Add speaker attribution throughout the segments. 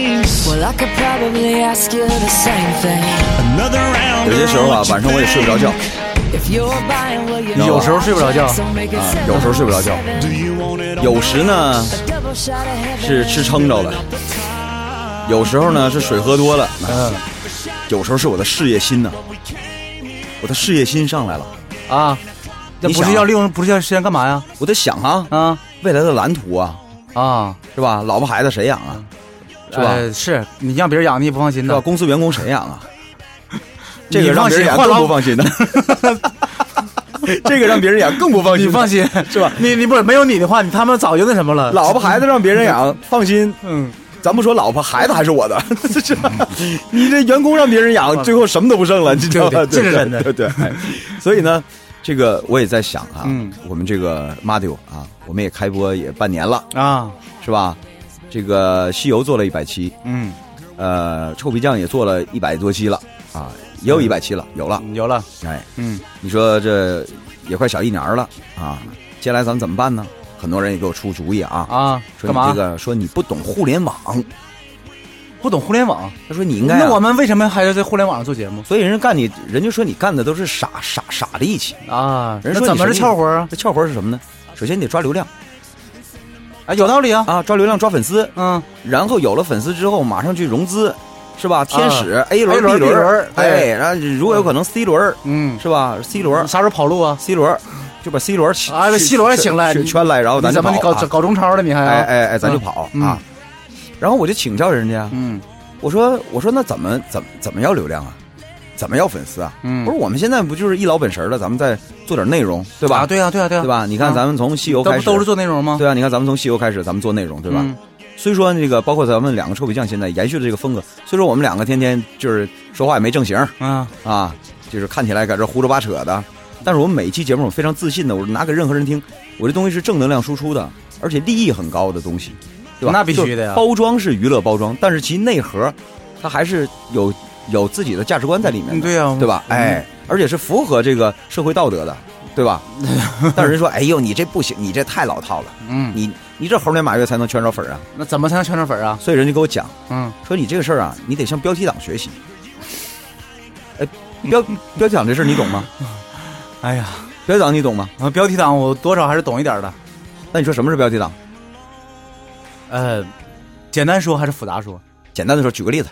Speaker 1: I could probably ask you the same thing.
Speaker 2: 有些时候啊，晚上我也睡不着觉，
Speaker 1: If you're buying, will you
Speaker 2: 你有时
Speaker 3: 候睡不着觉
Speaker 1: So make it
Speaker 2: 啊，有时候睡不着觉，有时呢
Speaker 1: double shot of heaven.
Speaker 2: 是吃撑着了，有时候呢是水喝多了，
Speaker 3: 嗯
Speaker 2: 有时候是我的事业心呢，我的事业心上来了，
Speaker 3: 啊，那
Speaker 2: 你
Speaker 3: 不
Speaker 2: 想啊
Speaker 3: 是要利用不是要时间干嘛呀？
Speaker 2: 我在想啊，
Speaker 3: 啊
Speaker 2: 未来的蓝图啊，
Speaker 3: 啊，
Speaker 2: 是吧？老婆孩子谁养啊？哎是吧？
Speaker 3: 呃是你让别人养你也不放心
Speaker 2: 是吧？
Speaker 3: 的，
Speaker 2: 公司员工谁养 啊？
Speaker 3: 你
Speaker 2: 这个让别人养
Speaker 3: 放
Speaker 2: 更
Speaker 3: 心
Speaker 2: 不放 心的，这个让别人养更不放心。
Speaker 3: 你放，心
Speaker 2: 是吧？
Speaker 3: 你你不是没有你的话，你他们早就那什么了。
Speaker 2: 老婆孩子让别人 养，放心。
Speaker 3: 嗯，
Speaker 2: 咱不说老婆孩子还是我的， 是吧？你这员工让别人养，最后什么都不剩了，你知道吧？
Speaker 3: 嗯对对这是真的
Speaker 2: 对对。对哎所以呢，这个我也在想啊，
Speaker 3: 嗯
Speaker 2: 我们这个 Madio 啊，我们也开播也半年了，
Speaker 3: 啊，
Speaker 2: 是吧？这个西游做了一百期，
Speaker 3: 嗯，
Speaker 2: 呃，臭皮匠也做了一百多期了啊，也有一百期了，有了。
Speaker 3: 有了，
Speaker 2: 哎，
Speaker 3: 嗯，
Speaker 2: 你说这也快小一年了啊，接下来咱们怎么办呢？很多人也给我出主意啊，
Speaker 3: 啊，
Speaker 2: 说
Speaker 3: 干
Speaker 2: 你
Speaker 3: 嘛
Speaker 2: 这？个说你不懂互联网，
Speaker 3: 不懂互联网，
Speaker 2: 他说你应该啊、
Speaker 3: 那我们为什么还要在互联网上做节目
Speaker 2: 所以人家干你，人家说你干的都是傻傻傻力气。
Speaker 3: 啊？
Speaker 2: 人说
Speaker 3: 那
Speaker 2: 你
Speaker 3: 怎么是
Speaker 2: 什
Speaker 3: 窍
Speaker 2: 么
Speaker 3: 活啊？
Speaker 2: 这窍活是什么呢？首先你得抓流量
Speaker 3: 啊，有道理啊，
Speaker 2: 啊，抓流量抓粉丝，
Speaker 3: 嗯，
Speaker 2: 然后有了粉丝之后，马上去融资，是吧？天使、A
Speaker 3: 啊 A
Speaker 2: 轮、
Speaker 3: 轮
Speaker 2: B
Speaker 3: B 轮
Speaker 2: 哎，
Speaker 3: 对
Speaker 2: 然后如果有可能 C 轮，
Speaker 3: 嗯，
Speaker 2: 是吧？C 轮
Speaker 3: 你啥时候跑路啊？
Speaker 2: ，C 轮就把 C 轮起
Speaker 3: 啊
Speaker 2: 去
Speaker 3: C 轮也请来
Speaker 2: 去
Speaker 3: 你
Speaker 2: 圈来，然后咱
Speaker 3: 你
Speaker 2: 就
Speaker 3: 怎么你
Speaker 2: 跑
Speaker 3: 搞
Speaker 2: 啊
Speaker 3: 搞中超了？你还
Speaker 2: 哎
Speaker 3: 要？
Speaker 2: 哎哎，咱就跑、
Speaker 3: 嗯
Speaker 2: 啊。然后我就请教人家，
Speaker 3: 嗯
Speaker 2: 我说我说那怎么怎么怎么要流量啊？怎么要粉丝啊？
Speaker 3: 嗯
Speaker 2: 我说我们现在不就是一老本神了，咱们再做点内容，对吧？
Speaker 3: 啊，对啊，对啊，对啊，
Speaker 2: 对吧？你看
Speaker 3: 啊
Speaker 2: 咱们从西游
Speaker 3: 都
Speaker 2: 开
Speaker 3: 不
Speaker 2: 始，
Speaker 3: 都是做内容吗？
Speaker 2: 对啊，你看咱们从西游开始，咱们做内容，对吧？
Speaker 3: 嗯
Speaker 2: 虽说那个包括咱们两个臭皮匠现在延续的这个风格，虽说我们两个天天就是说话也没正形
Speaker 3: 嗯
Speaker 2: 啊，就是看起来搁这胡说八扯的，但是我们每一期节目我非常自信的，我拿给任何人听，我这东西是正能量输出的，而且利益很高的东西，对吧？
Speaker 3: 那必须的呀
Speaker 2: 就是包装是娱乐包装，但是其内核，它还是有有自己的价值观在里面的
Speaker 3: 嗯，对呀，
Speaker 2: 对吧？
Speaker 3: 嗯
Speaker 2: 哎，而且是符合这个社会道德的，对 吧？但是人说，哎呦，你这不行，你这太老套了，
Speaker 3: 嗯，
Speaker 2: 你你这猴年马月才能圈着粉儿啊。
Speaker 3: 那怎么才能圈上粉啊？
Speaker 2: 所以人家给我讲
Speaker 3: 嗯，
Speaker 2: 说，你这个事儿啊，你得向标题党学习。哎， 标标题党这事儿你懂吗？
Speaker 3: 哎呀，
Speaker 2: 标题党你懂吗？
Speaker 3: 啊，标题党我多少还是懂一点的。
Speaker 2: 那你说什么是标题党？
Speaker 3: 呃，简单说还是复杂说？
Speaker 2: 简单的说，举个例子，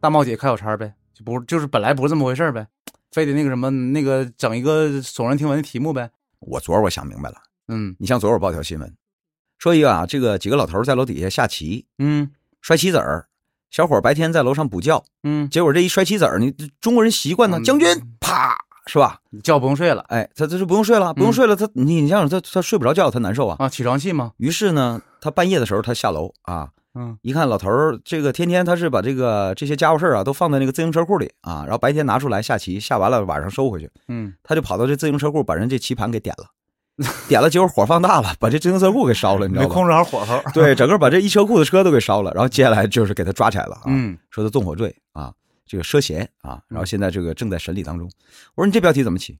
Speaker 3: 大帽姐开小差呗，就不就是本来不是这么回事儿呗，非得那个什么那个整一个耸人听闻的题目呗。
Speaker 2: 我昨儿我想明白了。
Speaker 3: 嗯
Speaker 2: 你像昨儿我报条新闻，说一个啊，这个几个老头儿在楼底下下棋
Speaker 3: 嗯
Speaker 2: 摔棋子儿，小伙儿白天在楼上补觉，
Speaker 3: 嗯，
Speaker 2: 结果这一摔棋子儿，你中国人习惯呢，
Speaker 3: 嗯
Speaker 2: 将军啪是吧？
Speaker 3: 觉不用睡了
Speaker 2: 哎，他他就不用睡了，不用睡了，他你你想想，他他睡不着觉，他难受啊。
Speaker 3: 啊，起床气嘛。
Speaker 2: 于是呢，他半夜的时候他下楼啊，
Speaker 3: 嗯
Speaker 2: 一看老头儿这个天天他是把这个这些家伙事儿啊都放在那个自行车库里啊，然后白天拿出来下棋，下完了晚上收回去，
Speaker 3: 嗯，
Speaker 2: 他就跑到这自行车库把人这棋盘给点了， 点了结果火放大了，把这自行车库给烧了，你知
Speaker 3: 没
Speaker 2: 道吗？
Speaker 3: 控制好火候。
Speaker 2: 对，整个把这一车库的车都给烧了，然后接下来就是给他抓起来了啊。
Speaker 3: 嗯
Speaker 2: 说他纵火罪啊，这个涉嫌啊，然后现在这个正在审理当中。我说你这标题怎么起？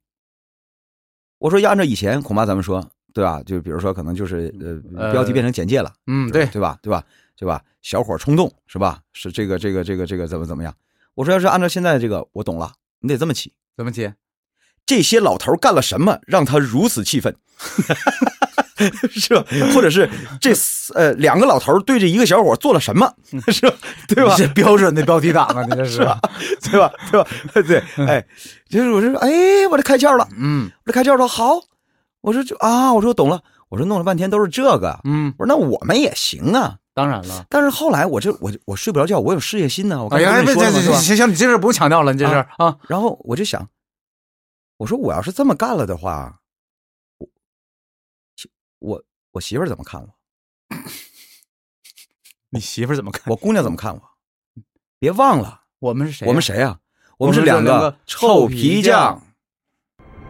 Speaker 2: 我说要按照以前，恐怕咱们说对吧？就比如说可能就是呃，
Speaker 3: 呃
Speaker 2: 标题变成简介了，
Speaker 3: 嗯，对，
Speaker 2: 对吧？对吧？对吧？小伙冲动是吧？是这个这个这个这个怎么怎么样？我说要是按照现在这个，我懂了，你得这么起。
Speaker 3: 怎么解？
Speaker 2: 这些老头干了什么，让他如此气愤？ 是吧？或者是这四呃两个老头对这一个小伙做了什么？ 是吧？对吧
Speaker 3: 你？这标准的标题党啊，你这 是
Speaker 2: 吧？对吧？ 对吧？对，哎，就是我就说，哎，我这开窍了，
Speaker 3: 嗯
Speaker 2: 我这开窍了，好，我说就啊，我说我懂了，我说弄了半天都是这个，
Speaker 3: 嗯，
Speaker 2: 我说那我们也行啊，
Speaker 3: 当然了。
Speaker 2: 但是后来我这我就我睡不着觉，我有事业心呢，我刚
Speaker 3: 哎呀，
Speaker 2: 才跟
Speaker 3: 哎
Speaker 2: 你
Speaker 3: 别
Speaker 2: 说
Speaker 3: 别
Speaker 2: 了嘛，
Speaker 3: 别
Speaker 2: 是吧？
Speaker 3: 行行，你这事儿不用强调了，你这事儿啊，
Speaker 2: 然后我就想，我说我要是这么干了的话，我我我媳妇儿怎么看我？
Speaker 3: 你媳妇儿怎么看？
Speaker 2: 我姑娘怎么看我？别忘了，
Speaker 3: 我们是谁呀？啊
Speaker 2: 我们谁呀、我
Speaker 3: 我
Speaker 2: 们是
Speaker 3: 们
Speaker 2: 两
Speaker 3: 是两
Speaker 2: 个
Speaker 3: 个
Speaker 2: 臭
Speaker 3: 臭
Speaker 2: 皮
Speaker 3: 皮
Speaker 2: 匠
Speaker 3: 匠。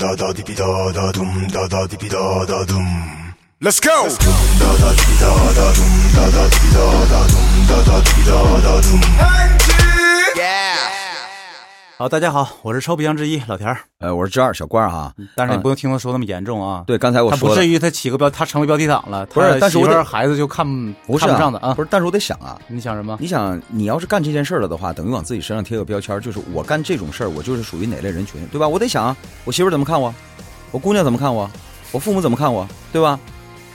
Speaker 4: da da di bi da da dum Let's go. Yeah.
Speaker 3: 好，大家好，我是臭皮匠之一老田儿，
Speaker 2: 呃，我是之二小官儿啊，
Speaker 3: 但是你
Speaker 2: 嗯
Speaker 3: 不用听他说那么严重啊。，
Speaker 2: 对，刚才我
Speaker 3: 他
Speaker 2: 说
Speaker 3: 不
Speaker 2: 了
Speaker 3: 至，于他起个标，他成为标题党了。
Speaker 2: 不是
Speaker 3: 他
Speaker 2: 但是
Speaker 3: 媳
Speaker 2: 我
Speaker 3: 妇
Speaker 2: 得
Speaker 3: 儿孩子就看
Speaker 2: 不是
Speaker 3: 看不上的啊。
Speaker 2: 不是，但是我得想啊，
Speaker 3: 你想什么？
Speaker 2: 你想，你要是干这件事儿了的话，等于往自己身上贴个标签儿，就是我干这种事儿，我就是属于哪类人群，对吧？我得想啊，我媳妇儿怎么看我，我姑娘怎么看我，我父母怎么看我，对吧？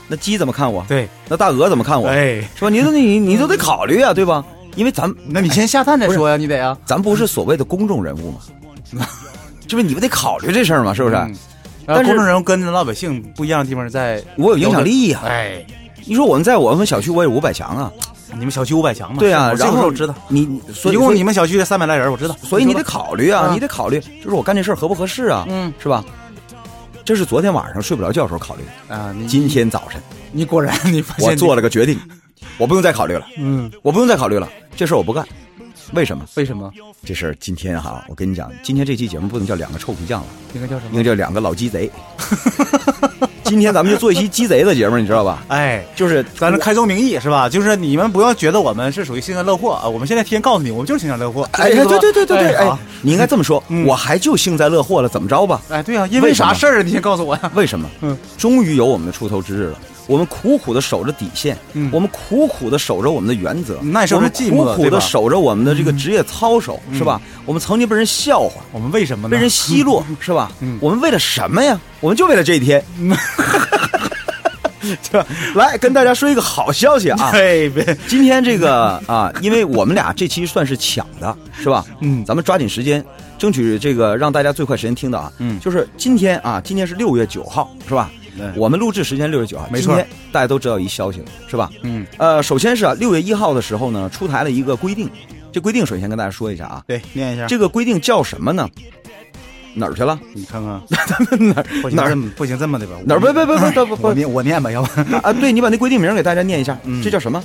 Speaker 2: 那鸡怎么看我？
Speaker 3: 对，
Speaker 2: 那大鹅怎么看我？
Speaker 3: 哎，
Speaker 2: 是吧？你都你你都得考虑啊，对吧？因为咱哎
Speaker 3: 那 你先下蛋再说呀，你得啊，
Speaker 2: 咱不是所谓的公众人物嘛， 是不是？你们得考虑这事儿嘛，是不是？
Speaker 3: 嗯然后
Speaker 2: 但是
Speaker 3: 公众人物跟老百姓不一样的地方在，
Speaker 2: 我有影响力呀、
Speaker 3: 哎，
Speaker 2: 你说我们在我们小区，我有五百强啊，
Speaker 3: 你们小区五百强嘛？
Speaker 2: 对啊。
Speaker 3: 我这
Speaker 2: 然
Speaker 3: 个
Speaker 2: 后
Speaker 3: 我知道，
Speaker 2: 你，所以
Speaker 3: 一共你
Speaker 2: 们，
Speaker 3: 们小区三百来人，我知道。
Speaker 2: 所以你得
Speaker 3: 考，
Speaker 2: 考虑啊，
Speaker 3: 啊
Speaker 2: 你得考虑，就是我干这事儿合不合适啊，
Speaker 3: 嗯
Speaker 2: 是吧？这是昨天晚上睡不着觉的时候考虑的，
Speaker 3: 啊，你
Speaker 2: 今天早晨
Speaker 3: 你果然你发现
Speaker 2: 我
Speaker 3: 你
Speaker 2: 做了个决定，我不用再考虑了，
Speaker 3: 嗯，
Speaker 2: 我不用再考虑了，这事儿我不干。为什么？
Speaker 3: 为什么？
Speaker 2: 这事儿今天哈，我跟你讲，今天这期节目不能叫两个臭皮匠了。
Speaker 3: 应该叫什
Speaker 2: 应该
Speaker 3: 么？
Speaker 2: 叫两个老鸡 贼。今天咱们就做一期鸡贼的节目，你知道吧？
Speaker 3: 哎，
Speaker 2: 就是
Speaker 3: 咱这开宗明义是吧？就是你们不要觉得我们是属于幸灾乐祸啊，我们现在天天告诉你，我们就是幸灾乐祸。
Speaker 2: 哎，
Speaker 3: 是
Speaker 2: 对
Speaker 3: 这意思吧
Speaker 2: 对对对对，哎
Speaker 3: 好，
Speaker 2: 你应该这么说，
Speaker 3: 嗯
Speaker 2: 我还就幸灾乐祸了，怎么着吧？
Speaker 3: 哎，对啊，因为
Speaker 2: 为什么
Speaker 3: 啥事儿啊？你先告诉我 呀。
Speaker 2: 为什么？
Speaker 3: 嗯，
Speaker 2: 终于有我们的出头之日了。我们苦苦的守着底线，
Speaker 3: 嗯
Speaker 2: 我们苦苦的守着我们的原则，
Speaker 3: 耐受
Speaker 2: 我
Speaker 3: 着
Speaker 2: 们
Speaker 3: 寂寞
Speaker 2: 苦苦
Speaker 3: 对吧嗯
Speaker 2: 的守着我们的这个职业操守，是吧？我们曾经被人笑话，
Speaker 3: 我们为什么呢？
Speaker 2: 被人奚落，是吧？
Speaker 3: 嗯
Speaker 2: 我们为了什么呀？我们就为了这一天。 这来跟大家说一个好消息啊！
Speaker 3: 哎，别
Speaker 2: 今天这个啊，因为我们俩这期算是抢的，是吧？
Speaker 3: 嗯
Speaker 2: 咱们抓紧时间，争取这个让大家最快时间听到啊。
Speaker 3: 嗯
Speaker 2: 就是今天啊，今天是六月九号，是吧？
Speaker 3: 对
Speaker 2: 我们录制时间六月九号，
Speaker 3: 没错
Speaker 2: 今天大家都知道一消息了，是吧？
Speaker 3: 嗯，
Speaker 2: 呃，首先是啊，六月一号的时候呢，出台了一个规定，这规定首先跟大家说一下啊，
Speaker 3: 对，念一下，
Speaker 2: 这个规定叫什么呢？哪儿去了？
Speaker 3: 你看看
Speaker 2: 哪儿
Speaker 3: 不行
Speaker 2: 哪
Speaker 3: 这
Speaker 2: 儿
Speaker 3: 么不行这么的吧？
Speaker 2: 哪儿？不不不不不
Speaker 3: 我
Speaker 2: 不
Speaker 3: 念我念吧，要不 然
Speaker 2: 不啊！对你把那规定名儿给大家念一下，
Speaker 3: 嗯
Speaker 2: 这叫什么？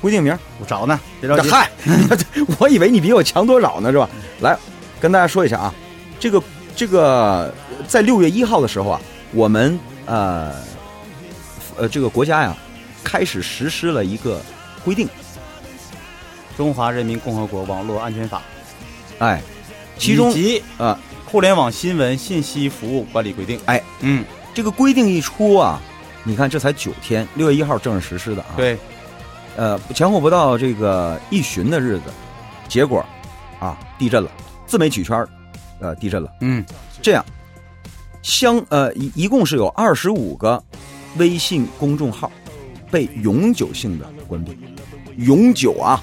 Speaker 2: 规定名儿？
Speaker 3: 我找呢，别着急。
Speaker 2: 嗨， 我以为你比我强多少呢，是吧？来，跟大家说一下啊，这个这个在六月一号的时候啊，我们呃呃这个国家呀开始实施了一个规定，
Speaker 3: 中华人民共和国网络安全法，
Speaker 2: 哎，其中
Speaker 3: 以及
Speaker 2: 啊、
Speaker 3: 互联网新闻信息服务管理规定。
Speaker 2: 哎，
Speaker 3: 嗯，
Speaker 2: 这个规定一出啊，你看这才九天，六月一号正式实施的啊，，
Speaker 3: 对，
Speaker 2: 呃前后不到这个一旬的日子，结果啊地震了，自媒体圈儿呃地震了。
Speaker 3: 嗯，
Speaker 2: 这样，相呃一一共是有二十五个微信公众号被永久性的关闭，永久啊。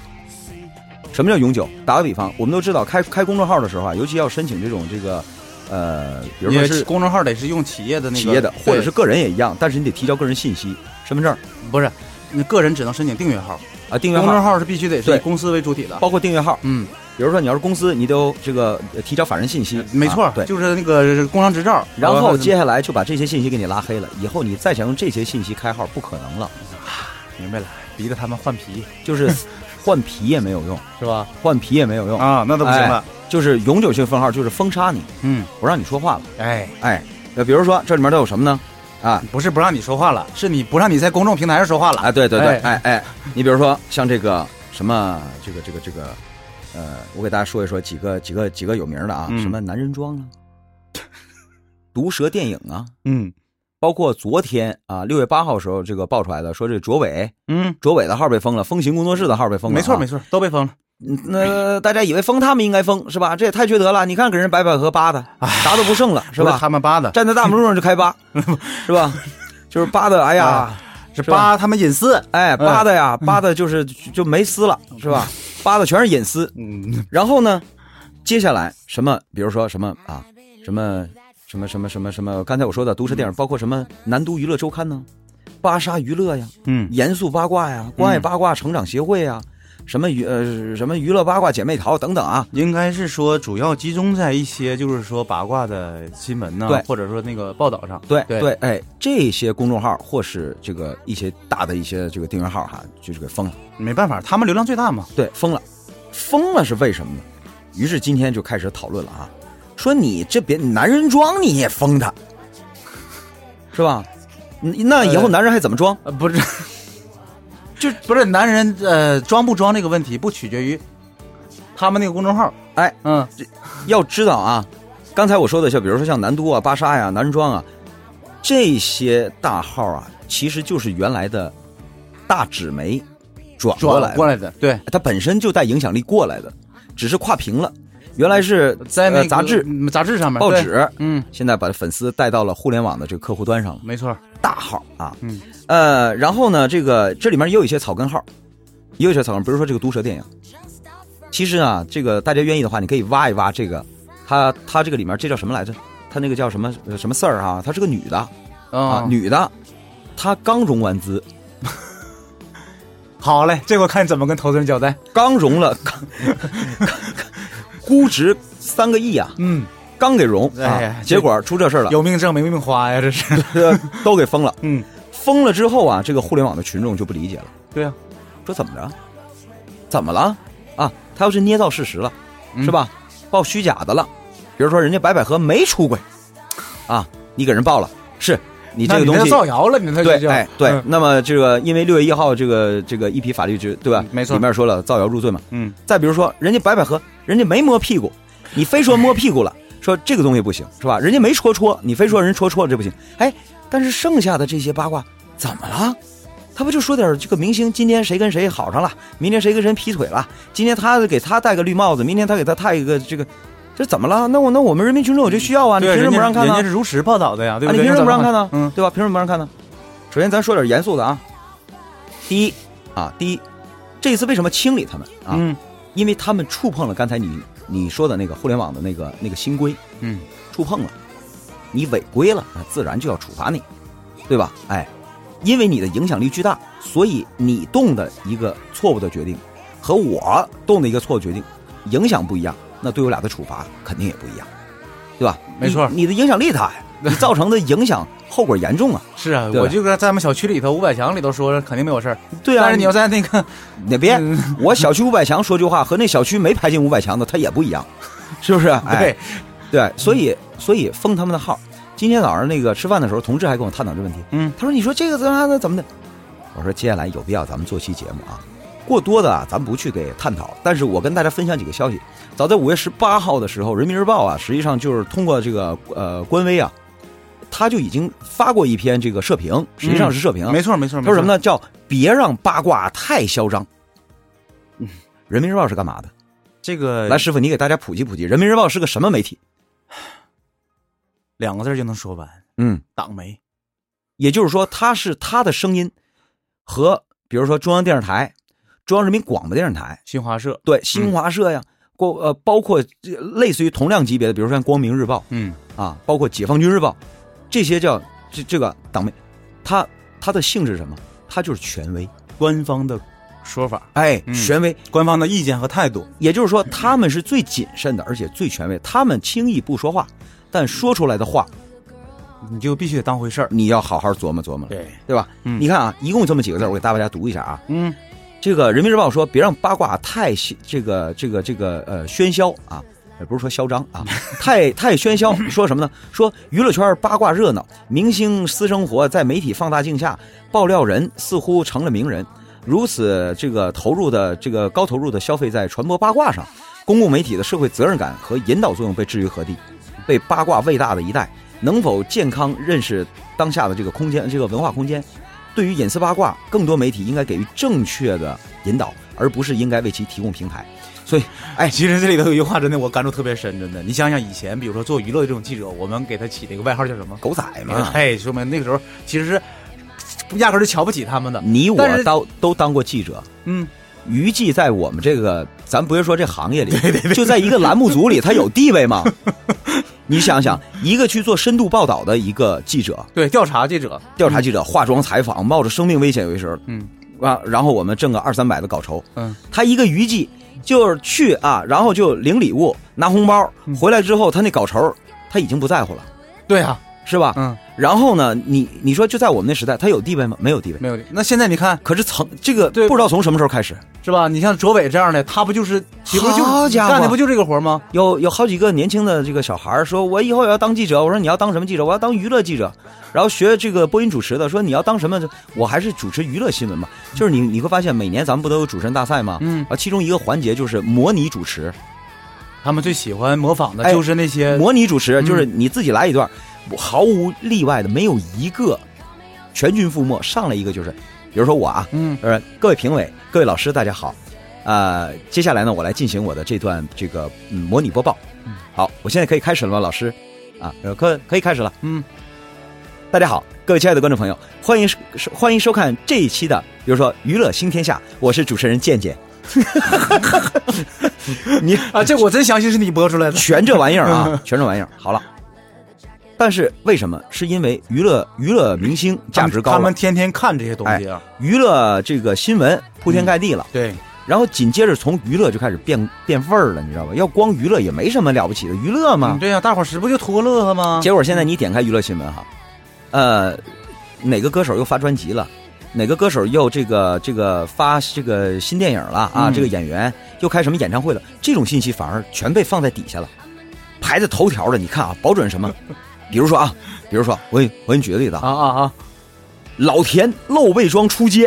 Speaker 2: 什么叫永久？打个比方，我们都知道开开公众号的时候啊，尤其要申请这种这个，呃，比如说
Speaker 3: 也
Speaker 2: 是
Speaker 3: 公众号得是用企业的那个
Speaker 2: 企业的，或者
Speaker 3: 对
Speaker 2: 是个人也一样，但是你得提交个人信息、身份证
Speaker 3: 不是，你个人只能申请订阅号，
Speaker 2: 啊、订阅
Speaker 3: 公众
Speaker 2: 号，
Speaker 3: 号是必须得是以
Speaker 2: 对
Speaker 3: 公司为主体的。
Speaker 2: 包括订阅号。
Speaker 3: 嗯，
Speaker 2: 比如说你要是公司，你都这个呃提交法人信息，
Speaker 3: 没错，
Speaker 2: 啊对。
Speaker 3: 就是那个工商执照，
Speaker 2: 然后接
Speaker 3: 接
Speaker 2: 下来就把这些信息给你拉黑了，以后你再想用这些信息开号不可能了。
Speaker 3: 明白了，逼着他们换皮
Speaker 2: 就是 换皮也没有用，
Speaker 3: 是吧？
Speaker 2: 换皮也没有用，
Speaker 3: 啊，那都不行了。
Speaker 2: 就是永久性封号，就是封杀你，
Speaker 3: 嗯，
Speaker 2: 不让你说话了。
Speaker 3: 哎，
Speaker 2: 哎，那比如说这里面都有什么呢？啊
Speaker 3: 不是不让你说话了，是你不让你在公众平台上说话了。
Speaker 2: 啊，对对对，
Speaker 3: 哎
Speaker 2: 哎哎，你比如说像这个什么这个这个这个，呃，我给大家说一说几个几个几个有名的啊，
Speaker 3: 嗯
Speaker 2: 什么男人装啊，毒舌电影啊，
Speaker 3: 嗯
Speaker 2: 包括昨天啊六月八号时候这个爆出来的，说这卓伟
Speaker 3: 嗯，
Speaker 2: 卓伟的号被封了，风行工作室的号被封了、
Speaker 3: 没错
Speaker 2: 啊
Speaker 3: 没错，都被封了。
Speaker 2: 嗯那大家以为封他们应该封是吧？这也太缺德了！你看给人白百合扒的，啥都不剩了是
Speaker 3: 不
Speaker 2: 吧？
Speaker 3: 他们扒的，
Speaker 2: 站在大马路上就开 扒是吧？就是扒的，哎呀，
Speaker 3: 这
Speaker 2: 是吧
Speaker 3: 扒他们隐私。
Speaker 2: 哎，扒的
Speaker 3: 嗯
Speaker 2: 呀，扒的就是就没丝了是吧？扒的全是隐私。
Speaker 3: 嗯，
Speaker 2: 然后呢，接下来什么，比如说什么啊，什么什么什么什么什么，刚才我说的毒舌电影，包括什么南都娱乐周刊呢，巴莎娱乐呀，
Speaker 3: 嗯，
Speaker 2: 严肃八卦呀，关爱八卦成长协会呀，什么娱呃什么娱乐八卦姐妹淘等等啊。
Speaker 3: 应该是说主要集中在一些就是说八卦的新闻呢
Speaker 2: 对，
Speaker 3: 或者说那个报道上。
Speaker 2: 对
Speaker 3: 对
Speaker 2: 哎，这些公众号或是这个一些大的一些这个订阅号哈，就是给封了，
Speaker 3: 没办法，他们流量最大嘛。
Speaker 2: 对，封了，封了是为什么呢？于是今天就开始讨论了啊，说你这别男人装你也封他，是吧？你那以后
Speaker 3: 呃
Speaker 2: 男人还怎么装？
Speaker 3: 呃，不是，就不是男人呃装不装这个问题，不取决于他们那个公众号。
Speaker 2: 哎，
Speaker 3: 嗯，
Speaker 2: 要知道啊，刚才我说的，像比如说像南都啊、巴莎呀、男人装啊，这些大号啊，其实就是原来的大纸媒转过
Speaker 3: 转
Speaker 2: 来的，
Speaker 3: 过来的，对，
Speaker 2: 它本身就带影响力过来的，只是跨屏了。原来是
Speaker 3: 在那
Speaker 2: 呃
Speaker 3: 个
Speaker 2: 杂志、
Speaker 3: 嗯杂志上面、
Speaker 2: 报
Speaker 3: 对，
Speaker 2: 纸，
Speaker 3: 嗯，
Speaker 2: 现在把粉丝带到了互联网的这个客户端上了，
Speaker 3: 没错，
Speaker 2: 大号啊，
Speaker 3: 嗯，
Speaker 2: 呃，然后呢，这个这里面也有一些草根号，也有一些草根，比如说这个毒舌电影。其实啊，这个大家愿意的话，你可以挖一挖这个，他他这个里面这叫什么来着？他那个叫什么呃什么事儿啊？她是个女的啊
Speaker 3: 啊，，
Speaker 2: 女的，她刚融完资，
Speaker 3: 好嘞，这我看你怎么跟投资人交代。
Speaker 2: 刚融了，刚 估值三个亿啊，
Speaker 3: 嗯，
Speaker 2: 刚给融啊
Speaker 3: 哎呀，
Speaker 2: 结果出这事儿了， 呃
Speaker 3: 有命挣没命花呀，这是。
Speaker 2: 都给封了。
Speaker 3: 嗯，
Speaker 2: 封了之后啊，这个互联网的群众就不理解了，
Speaker 3: 对啊，
Speaker 2: 说怎么着？怎么了？啊，他要是捏造事实了，
Speaker 3: 嗯
Speaker 2: 是吧？报虚假的了，比如说人家白百合没出轨，啊，你给人报了，是你
Speaker 3: 你
Speaker 2: 这个东
Speaker 3: 那
Speaker 2: 西
Speaker 3: 就造谣了，你那就
Speaker 2: 对，
Speaker 3: 叫
Speaker 2: 哎对。
Speaker 3: 嗯
Speaker 2: 那么这个因为六月一号这个这个一批法律之对吧
Speaker 3: 嗯？没错
Speaker 2: 里面说了造谣入罪嘛。
Speaker 3: 嗯，
Speaker 2: 再比如说，人家白百合，人家没摸屁股，你非说摸屁股了，说这个东西不行，是吧？人家没戳戳，你非说人戳戳，这不行。哎，但是剩下的这些八卦怎么了？他不就说点儿这个明星今天谁跟谁好上了，明天谁跟谁劈腿了，今天他给他戴个绿帽子，明天他给他戴一个这个，这怎么了？那我那我们人民群众有这需要啊，你
Speaker 3: 对，
Speaker 2: 凭什么
Speaker 3: 人家
Speaker 2: 不让看呢
Speaker 3: 人家？是如实报道的呀，对
Speaker 2: 啊，
Speaker 3: 不
Speaker 2: 你
Speaker 3: 对？
Speaker 2: 凭什么不让看呢？
Speaker 3: 嗯，
Speaker 2: 对吧？凭什么不让看呢？首先，咱说点严肃的啊。第一啊，第一，这一次为什么清理他们啊？
Speaker 3: 嗯
Speaker 2: 因为他们触碰了刚才你你说的那个互联网的那个那个新规，
Speaker 3: 嗯，
Speaker 2: 触碰了，你违规了，那自然就要处罚你，对吧？哎，因为你的影响力巨大，所以你动的一个错误的决定，和我动的一个错误决定，影响不一样，那对我俩的处罚肯定也不一样，对吧？
Speaker 3: 没错
Speaker 2: 你，你的影响力大呀，你造成的影响后果严重啊，
Speaker 3: 是啊，
Speaker 2: 对吧
Speaker 3: 我就在咱们小区里头五百强里头说，肯定没有事儿。
Speaker 2: 对啊，
Speaker 3: 但是你要在那个
Speaker 2: 你别
Speaker 3: 嗯，
Speaker 2: 我小区五百强说句话和那小区没排进五百强的他也不一 样，是不是？哎
Speaker 3: 对，
Speaker 2: 对，所
Speaker 3: 嗯
Speaker 2: 以所以封他们的号。今天早上那个吃饭的时候，同志还跟我探讨这问题，
Speaker 3: 嗯，
Speaker 2: 他说你说这个怎么的怎么的？我说接下来有必要咱们做期节目啊，过多的啊咱不去给探讨，但是我跟大家分享几个消息。早在五月十八号的时候，《人民日报》啊，实际上就是通过这个呃官微啊，他就已经发过一篇这个社评，实际上是社评啊，
Speaker 3: 嗯没错没错，
Speaker 2: 他说什么
Speaker 3: 呢？
Speaker 2: 呢？叫别让八卦太嚣张。
Speaker 3: 嗯
Speaker 2: 人民日报是干嘛的？
Speaker 3: 这个
Speaker 2: 来，师傅，你给大家普及普及，人民日报是个什么媒体？
Speaker 3: 两个字儿就能说完，
Speaker 2: 嗯，
Speaker 3: 党媒。
Speaker 2: 也就是说，它是它的声音和比如说中央电视台、中央人民广播电视台、
Speaker 3: 新华社，
Speaker 2: 对新华社呀，过呃包括这类似于同量级别的，比如说像光明日报
Speaker 3: 嗯，
Speaker 2: 啊，包括解放军日报，这些叫这这个党媒，它它的性质是什么？它就是权威，
Speaker 3: 官方的说法，
Speaker 2: 哎，
Speaker 3: 嗯
Speaker 2: 权威。
Speaker 3: 官方的意见和态度，
Speaker 2: 也就是说，他们是最谨慎的，而且最权威。他们轻易不说话，但说出来的话，
Speaker 3: 你就必须得当回事儿。
Speaker 2: 你要好好琢磨琢磨了，
Speaker 3: 对，
Speaker 2: 对吧？
Speaker 3: 嗯
Speaker 2: 你看啊，一共这么几个字儿，我给大家读一下啊。
Speaker 3: 嗯，
Speaker 2: 这个《人民日报》说，别让八卦太嚣这个这个这个呃喧嚣啊，也不是说嚣张啊， 太太喧嚣。说什么呢？说娱乐圈八卦热闹，明星私生活在媒体放大镜下，爆料人似乎成了名人。如此这个投入的这个高投入的消费在传播八卦上，公共媒体的社会责任感和引导作用被置于何地？被八卦喂大的一代能否健康认识当下的这个空间这个文化空间？对于隐私八卦，更多媒体应该给予正确的引导，而不是应该为其提供平台。所以，
Speaker 3: 哎，其实这里头有一句话真的我感触特别深，真的。你想想以前，比如说做娱乐的这种记者，我们给他起了一个外号叫什么？
Speaker 2: 狗仔嘛，
Speaker 3: 哎，兄弟们，那个时候其实是压根儿就瞧不起他们的。
Speaker 2: 你
Speaker 3: 但
Speaker 2: 我
Speaker 3: 是
Speaker 2: 都都当过记者，
Speaker 3: 嗯，
Speaker 2: 娱记在我们这个，咱不是说这行业里，就在一个栏目组里，他有地位 吗？你想想，一个去做深度报道的一个记者、
Speaker 3: 对，调查记者，
Speaker 2: 调查记者，化妆采访，冒着生命危险，有些时候，
Speaker 3: 嗯
Speaker 2: 啊，然后我们挣个二三百的稿酬，
Speaker 3: 嗯，
Speaker 2: 他一个娱记就是去啊，然后就领礼
Speaker 3: 嗯
Speaker 2: 物、拿红包，回来之后他那稿酬他已经不在乎了，
Speaker 3: 对啊，
Speaker 2: 是吧？
Speaker 3: 嗯，
Speaker 2: 然后呢，你你说就在我们那时代，他有地位吗？没有地位。
Speaker 3: 没有的。那现在你看
Speaker 2: 可是曾这个
Speaker 3: 对
Speaker 2: 不知道从什么时候开始，
Speaker 3: 是吧？你像卓伟这样的，他不就是岂不就
Speaker 2: 好家伙
Speaker 3: 干的不就这个活吗？
Speaker 2: 有有好几个年轻的这个小孩儿说，我以后也要当记者。我说你要当什么记者？我要当娱乐记者。然后学这个播音主持的说你要当什么？我还是主持娱乐新闻嘛。就是你你会发现每年咱们不都有主持人大赛吗？
Speaker 3: 嗯，
Speaker 2: 啊，其中一个环节就是模拟主持，
Speaker 3: 他们最喜欢模仿的
Speaker 2: 哎
Speaker 3: 就是那些
Speaker 2: 模拟主持
Speaker 3: 嗯
Speaker 2: 就是你自己来一段，我毫无例外的没有一个全军覆没，上来一个就是，比如说我啊，
Speaker 3: 嗯
Speaker 2: 呃，各位评委、各位老师，大家好。呃，接下来呢，我来进行我的这段这个、嗯、模拟播报。好，我现在可以开始了吗，老师？啊，呃可可以开始了。
Speaker 3: 嗯，
Speaker 2: 大家好，各位亲爱的观众朋友，欢迎收收欢迎收看这一期的，比如说娱乐新天下，我是主持人健健。你
Speaker 3: 啊，这我真相信是你播出来的。
Speaker 2: 全这玩意儿
Speaker 3: 嗯
Speaker 2: 啊，全这玩意儿。好了，但是为什么？是因为娱乐娱乐明星价值高
Speaker 3: 他们
Speaker 2: 了，哎
Speaker 3: 天天看这些东西啊。
Speaker 2: 娱乐这个新闻铺天盖地了。
Speaker 3: 对，
Speaker 2: 然后紧接着从娱乐就开始变变味儿了，你知道吧？要光娱乐也没什么了不起的，娱乐嘛
Speaker 3: 嗯。对呀，大伙儿是不就图个乐呵吗？
Speaker 2: 结果现在你点开娱乐新闻哈，呃，哪个歌手又发专辑了？哪个歌手又这个这个发这个新电影了啊？
Speaker 3: 嗯
Speaker 2: 这个演员又开什么演唱会了？这种信息反而全被放在底下了，排在头条的。你看啊，保准什 么？比如说啊，比如说我给你我给你举个例子啊，
Speaker 3: 啊啊
Speaker 2: 老田露背装出街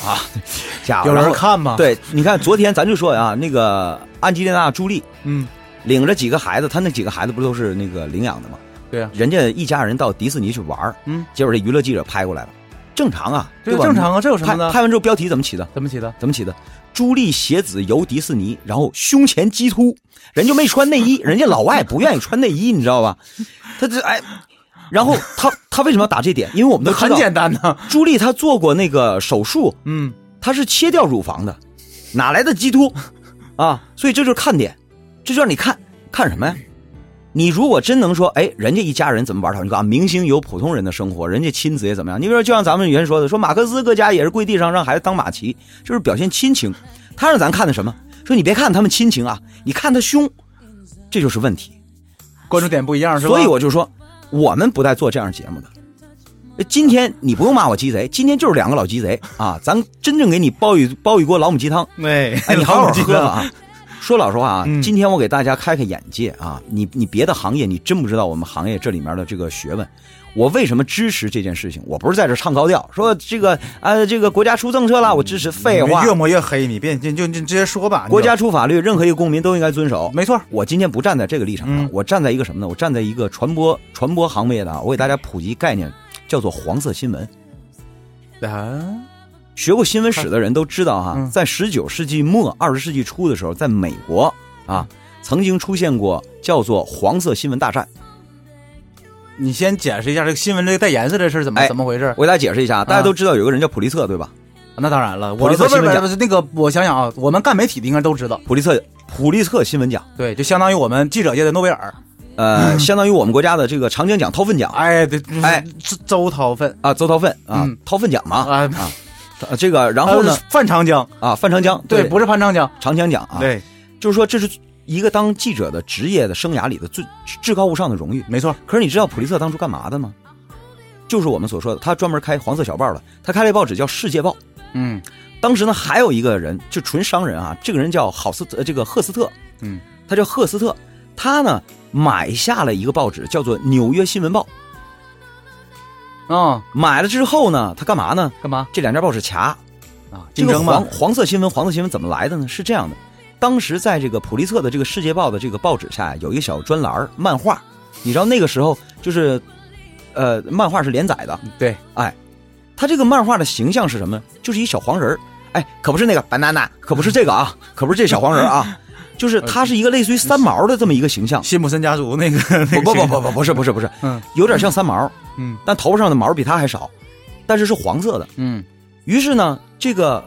Speaker 2: 啊， 家
Speaker 3: 啊！
Speaker 2: 伙
Speaker 3: 有
Speaker 2: 然
Speaker 3: 人
Speaker 2: 后
Speaker 3: 看吗？，
Speaker 2: 对，你看昨天咱就说啊，那个安吉丽娜·朱莉
Speaker 3: 嗯，
Speaker 2: 领着几个孩子，她那几个孩子不都是那个领养的吗？
Speaker 3: 对呀，
Speaker 2: 人家一家人到迪士尼去玩儿
Speaker 3: 嗯，
Speaker 2: 结果这娱乐记者拍过来了，正常啊，
Speaker 3: 对，
Speaker 2: 吧？
Speaker 3: 正常啊，这有什么
Speaker 2: 拍
Speaker 3: 的？
Speaker 2: 拍完之后标题怎么起的？
Speaker 3: 怎么起的？
Speaker 2: 怎么起的？朱莉携子游迪士尼，然后胸前激突，人就没穿内 衣，人家老外不愿意穿内衣，你知道吧？他这哎，然后他他为什么要打这点？因为我们都知
Speaker 3: 很
Speaker 2: 道，
Speaker 3: 简单呐。
Speaker 2: 朱莉她做过那个手术，
Speaker 3: 嗯，
Speaker 2: 她是切掉乳房的，哪来的激突啊？所以这就是看点，这就让你看看什么呀？你如果真能说，哎，人家一家人怎么玩儿你说啊，明星有普通人的生活，人家亲子也怎么样？你比如说，就像咱们原说的，说马克思搁家也是跪地上让孩子当马骑，就是表现亲情。他让咱看的什么？说你别看他们亲情啊，你看他凶，这就是问题。
Speaker 3: 关注点不一样是吧？
Speaker 2: 所以我就说，我们不带做这样节目的。今天你不用骂我鸡贼，今天就是两个老鸡贼啊！咱真正给你煲一煲一锅老母鸡 汤，
Speaker 3: 哎，
Speaker 2: 哎，你好好
Speaker 3: 老记
Speaker 2: 喝
Speaker 3: 得
Speaker 2: 了啊！说老实话啊，
Speaker 3: 嗯
Speaker 2: 今天我给大家开开眼界啊！你你别的行业你真不知道我们行业这里面的这个学问。我为什么支持这件事情？我不是在这唱高调，说这个啊，这个国家出政策了，我支持。废哎话
Speaker 3: 你，越抹越黑，你别你就你就直接说吧。你就
Speaker 2: 国家出法律，任何一个公民都应该遵守。
Speaker 3: 没错，
Speaker 2: 我今天不站在这个立场上，
Speaker 3: 嗯
Speaker 2: 我站在一个什么呢？我站在一个传播传播行业的啊，我给大家普及概念，叫做黄色新闻。
Speaker 3: 啊，
Speaker 2: 学过新闻史的人都知道哈、
Speaker 3: 嗯
Speaker 2: 在十九世纪末二十世纪初的时候，在美国
Speaker 3: 嗯
Speaker 2: 啊，曾经出现过叫做黄色新闻大战。
Speaker 3: 你先解释一下这个新闻这个带颜色这事儿怎么
Speaker 2: 哎
Speaker 3: 怎么回事？
Speaker 2: 我给大家解释一下
Speaker 3: 嗯
Speaker 2: 啊，大家都知道有个人叫普利策，对吧？
Speaker 3: 那当然了，
Speaker 2: 普
Speaker 3: 我
Speaker 2: 利
Speaker 3: 不
Speaker 2: 策
Speaker 3: 是不
Speaker 2: 新闻
Speaker 3: 是
Speaker 2: 奖
Speaker 3: 不是那个，我想想啊，我们干媒体的应该都知道，
Speaker 2: 普利策普利策新闻奖，
Speaker 3: 对，就相当于我们记者界的诺贝尔。嗯
Speaker 2: 呃，相当于我们国家的这个长江奖掏粪奖
Speaker 3: 哎，对，
Speaker 2: 哎，
Speaker 3: 周掏粪
Speaker 2: 啊，邹掏粪啊
Speaker 3: 嗯，
Speaker 2: 掏粪奖嘛。
Speaker 3: 啊，
Speaker 2: 啊这个然后呢
Speaker 3: 呃？范长江，
Speaker 2: 啊，范长江
Speaker 3: 对，不是潘长江，
Speaker 2: 长江奖啊，
Speaker 3: 对，
Speaker 2: 就是说这是一个当记者的职业的生涯里的最至高无上的荣誉。
Speaker 3: 没错，
Speaker 2: 可是你知道普利策当初干嘛的吗？就是我们所说的，他专门开黄色小报的，他开了一报纸叫《世界报》。
Speaker 3: 嗯，
Speaker 2: 当时呢，还有一个人就纯商人啊，这个人叫郝斯特，呃这个赫斯特，
Speaker 3: 嗯，
Speaker 2: 他叫赫斯特，他呢买下了一个报纸叫做《纽约新闻报》，
Speaker 3: 啊，
Speaker 2: 买了之后呢，他干嘛呢？
Speaker 3: 干嘛
Speaker 2: 这两家报纸掐，
Speaker 3: 啊？
Speaker 2: 这
Speaker 3: 竞
Speaker 2: 个
Speaker 3: 争
Speaker 2: 黄
Speaker 3: 嘛，
Speaker 2: 黄色新闻，黄色新闻怎么来的呢？是这样的，当时在这个普利策的这个《世界报》的这个报纸下有一个小专栏儿漫画，你知道那个时候就是，呃，漫画是连载的，
Speaker 3: 对，
Speaker 2: 它这个漫画的形象是什么？就是一小黄人儿，哎，可不是那个 banana，可不是这个 啊，可不是这小黄人儿啊，就是
Speaker 3: 呃
Speaker 2: 它是一个类似于三毛的这么一个形 象，
Speaker 3: 辛普森家族那个，那
Speaker 2: 不不不不
Speaker 3: 个形象
Speaker 2: 不，不是不是不是，
Speaker 3: 嗯
Speaker 2: 有点像三毛，
Speaker 3: 嗯
Speaker 2: 但头上的毛比它还少，但是是黄色的。
Speaker 3: 嗯，
Speaker 2: 于是呢，这个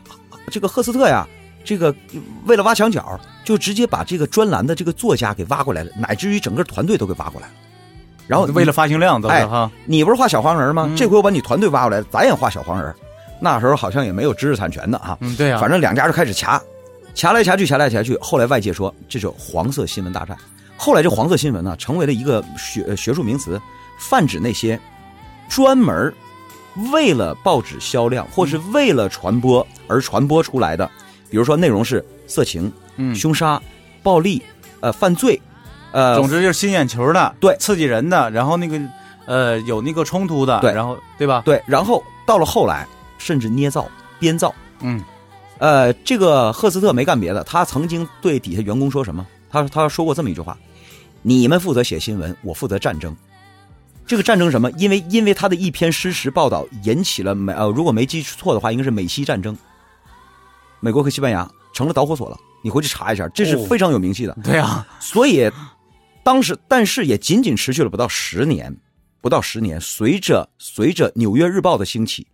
Speaker 2: 这个赫斯特呀，这个为了挖墙角，就直接把这个专栏的这个作家给挖过来了，乃至于整个团队都给挖过来了。然后你
Speaker 3: 哦为了发行量都
Speaker 2: 哎
Speaker 3: 是哈，
Speaker 2: 你不是画小黄人吗？
Speaker 3: 嗯
Speaker 2: 这回我把你团队挖过来，咱也画小黄人。那时候好像也没有知识产权的啊，
Speaker 3: 嗯，对呀，
Speaker 2: 反正两家就开始掐，掐来掐去，掐来掐去。后来外界说这是黄色新闻大战。后来这黄色新闻呢，成为了一个学呃学术名词，泛指那些专门为了报纸销
Speaker 3: 嗯
Speaker 2: 量或是为了传播而传播出来的，比如说内容是色情、
Speaker 3: 嗯
Speaker 2: 凶杀、暴力、呃犯罪，呃
Speaker 3: 总之就是吸眼球的，
Speaker 2: 对
Speaker 3: 刺激人的，然后那个呃有那个冲突的，
Speaker 2: 对
Speaker 3: 然后对吧？
Speaker 2: 对，然后到了后来甚至捏造、编造。
Speaker 3: 嗯，
Speaker 2: 呃，这个赫斯特没干别的，他曾经对底下员工说什么？他他说过这么一句话：“你们负责写新闻，我负责战争。”这个战争什么？因为因为他的一篇失实报道引起了美呃，如果没记错的话，应该是美西战争，美国和西班牙成了导火索了。你回去查一下，这是
Speaker 3: 哦
Speaker 2: 非常有名气的。
Speaker 3: 对啊，
Speaker 2: 所以当时，但是也仅仅持续了不到十年，不到十年。随着随着《纽约日报》的兴起，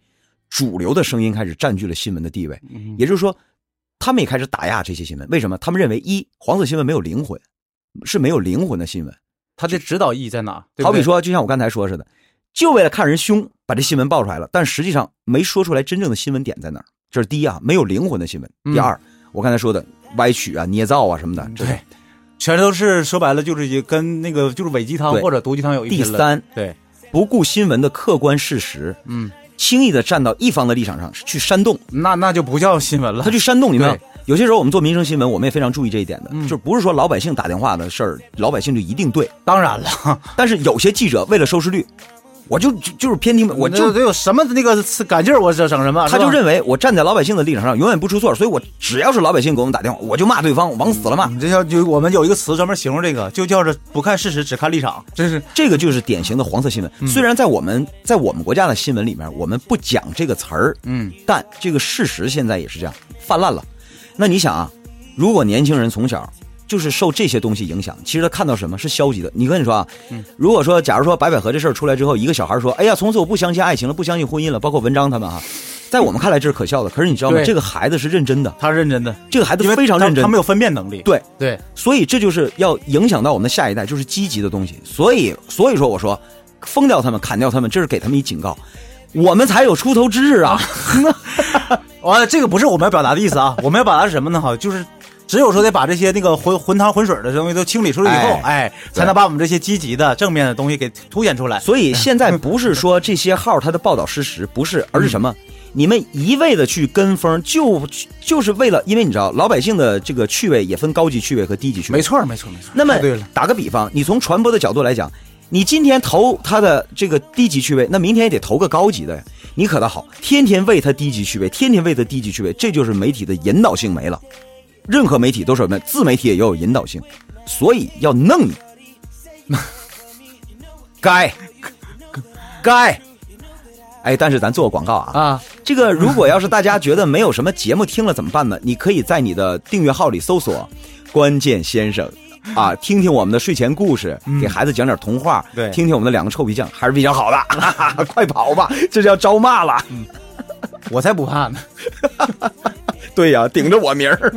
Speaker 2: 主流的声音开始占据了新闻的地位，
Speaker 3: 嗯
Speaker 2: 也就是说，他们也开始打压这些新闻。为什么？他们认为一黄色新闻没有灵魂，是没有灵魂的新闻。
Speaker 3: 他的指导意义在哪？对不对
Speaker 2: 好比，说，就像我刚才说似的，就为了看人凶，把这新闻爆出来了，但实际上没说出来真正的新闻点在哪儿。这是第一啊，没有灵魂的新闻。
Speaker 3: 嗯
Speaker 2: 第二，我刚才说的歪曲啊、捏造啊什么的，这是
Speaker 3: 对，全都是说白了就是也跟那个就是伪鸡汤
Speaker 2: 对
Speaker 3: 或者毒鸡汤有一拼
Speaker 2: 第
Speaker 3: 了。
Speaker 2: 三，
Speaker 3: 对，
Speaker 2: 不顾新闻的客观事实，
Speaker 3: 嗯，
Speaker 2: 轻易的站到一方的立场上去煽动，
Speaker 3: 那那就不叫新闻了
Speaker 2: 他。去煽动，你们
Speaker 3: 对嗯
Speaker 2: 有些时候我们做民生新闻，我们也非常注意这一点的，就是不是说老百姓打电话的事儿，老百姓就一定对，
Speaker 3: 当然 了，
Speaker 2: 但是有些记者为了收视率，我就就就是偏听，我就
Speaker 3: 这有什么那个感劲儿，我这整什么？
Speaker 2: 他
Speaker 3: 是
Speaker 2: 就
Speaker 3: 吧
Speaker 2: 认为我站在老百姓的立场上永远不出错，所以我只要是老百姓给我们打电话，我就骂对方，往死了骂，
Speaker 3: 你这叫就我们有一个词专门形容这个，就叫做不看事实只看立场，真是
Speaker 2: 这个就是典型的黄色新
Speaker 3: 嗯
Speaker 2: 闻。虽然在我们在我们国家的新闻里面，我们不讲这个词儿，
Speaker 3: 嗯，
Speaker 2: 但这个事实现在也是这样泛滥了。那你想啊，如果年轻人从小就是受这些东西影响，其实他看到什么是消极的。你跟你说啊，
Speaker 3: 嗯
Speaker 2: 如果说假如说白百合这事儿出来之后，一个小孩说：“哎呀，从此我不相信爱情了，不相信婚姻了。”包括文章他们哈，在我们看来这是可笑的，可是你知道吗？
Speaker 3: 对
Speaker 2: 这个孩子是认真的，
Speaker 3: 他是认真的，
Speaker 2: 这个孩子
Speaker 3: 因为
Speaker 2: 非常
Speaker 3: 他
Speaker 2: 认真
Speaker 3: 他。没有分辨能力。
Speaker 2: 对，
Speaker 3: 对，
Speaker 2: 所以这就是要影响到我们的下一代，就是积极的东西。所以，所以说我说，封掉他们，砍掉他们，这是给他们一警告，我们才有出头之日啊！
Speaker 3: 完了，这个不是我们要表达的意思 啊，我们要表达是什么呢？哈，就是只有说得把这些那个浑浑汤浑水的东西都清理出来以后，哎，才能把我们这些积极的、正面的东西给凸显出来。
Speaker 2: 所以现在不是说这些号它的报道失实，不是，而是什么？你们一味的去跟风，就就是为了，因为你知道老百姓的这个趣味也分高级趣味和低级趣味。
Speaker 3: 没。错儿，没错儿，没错儿。
Speaker 2: 那么
Speaker 3: 太对了，
Speaker 2: 打个比方，你从传播的角度来讲，你今天投他的这个低级趣味，那明天也得投个高级的呀。你可倒好，天天喂他低级趣味，天天喂他低级趣味，这就是媒体的引导性没了。任何媒体都是什么？自媒体也要有引导性，所以要弄 你，该该。哎，但是咱做个广告啊，
Speaker 3: 啊，
Speaker 2: 这个如果要是大家觉得没有什么节目听了怎么办呢？你可以在你的订阅号里搜索 “关键先生”。啊，听听我们的睡前故事，给孩子讲点童话，
Speaker 3: 对
Speaker 2: 听听我们的两个臭皮匠还是比较好的，哈哈哈 快跑吧，这叫招骂了。
Speaker 3: 我才不怕呢。
Speaker 2: 对呀、顶着我名儿。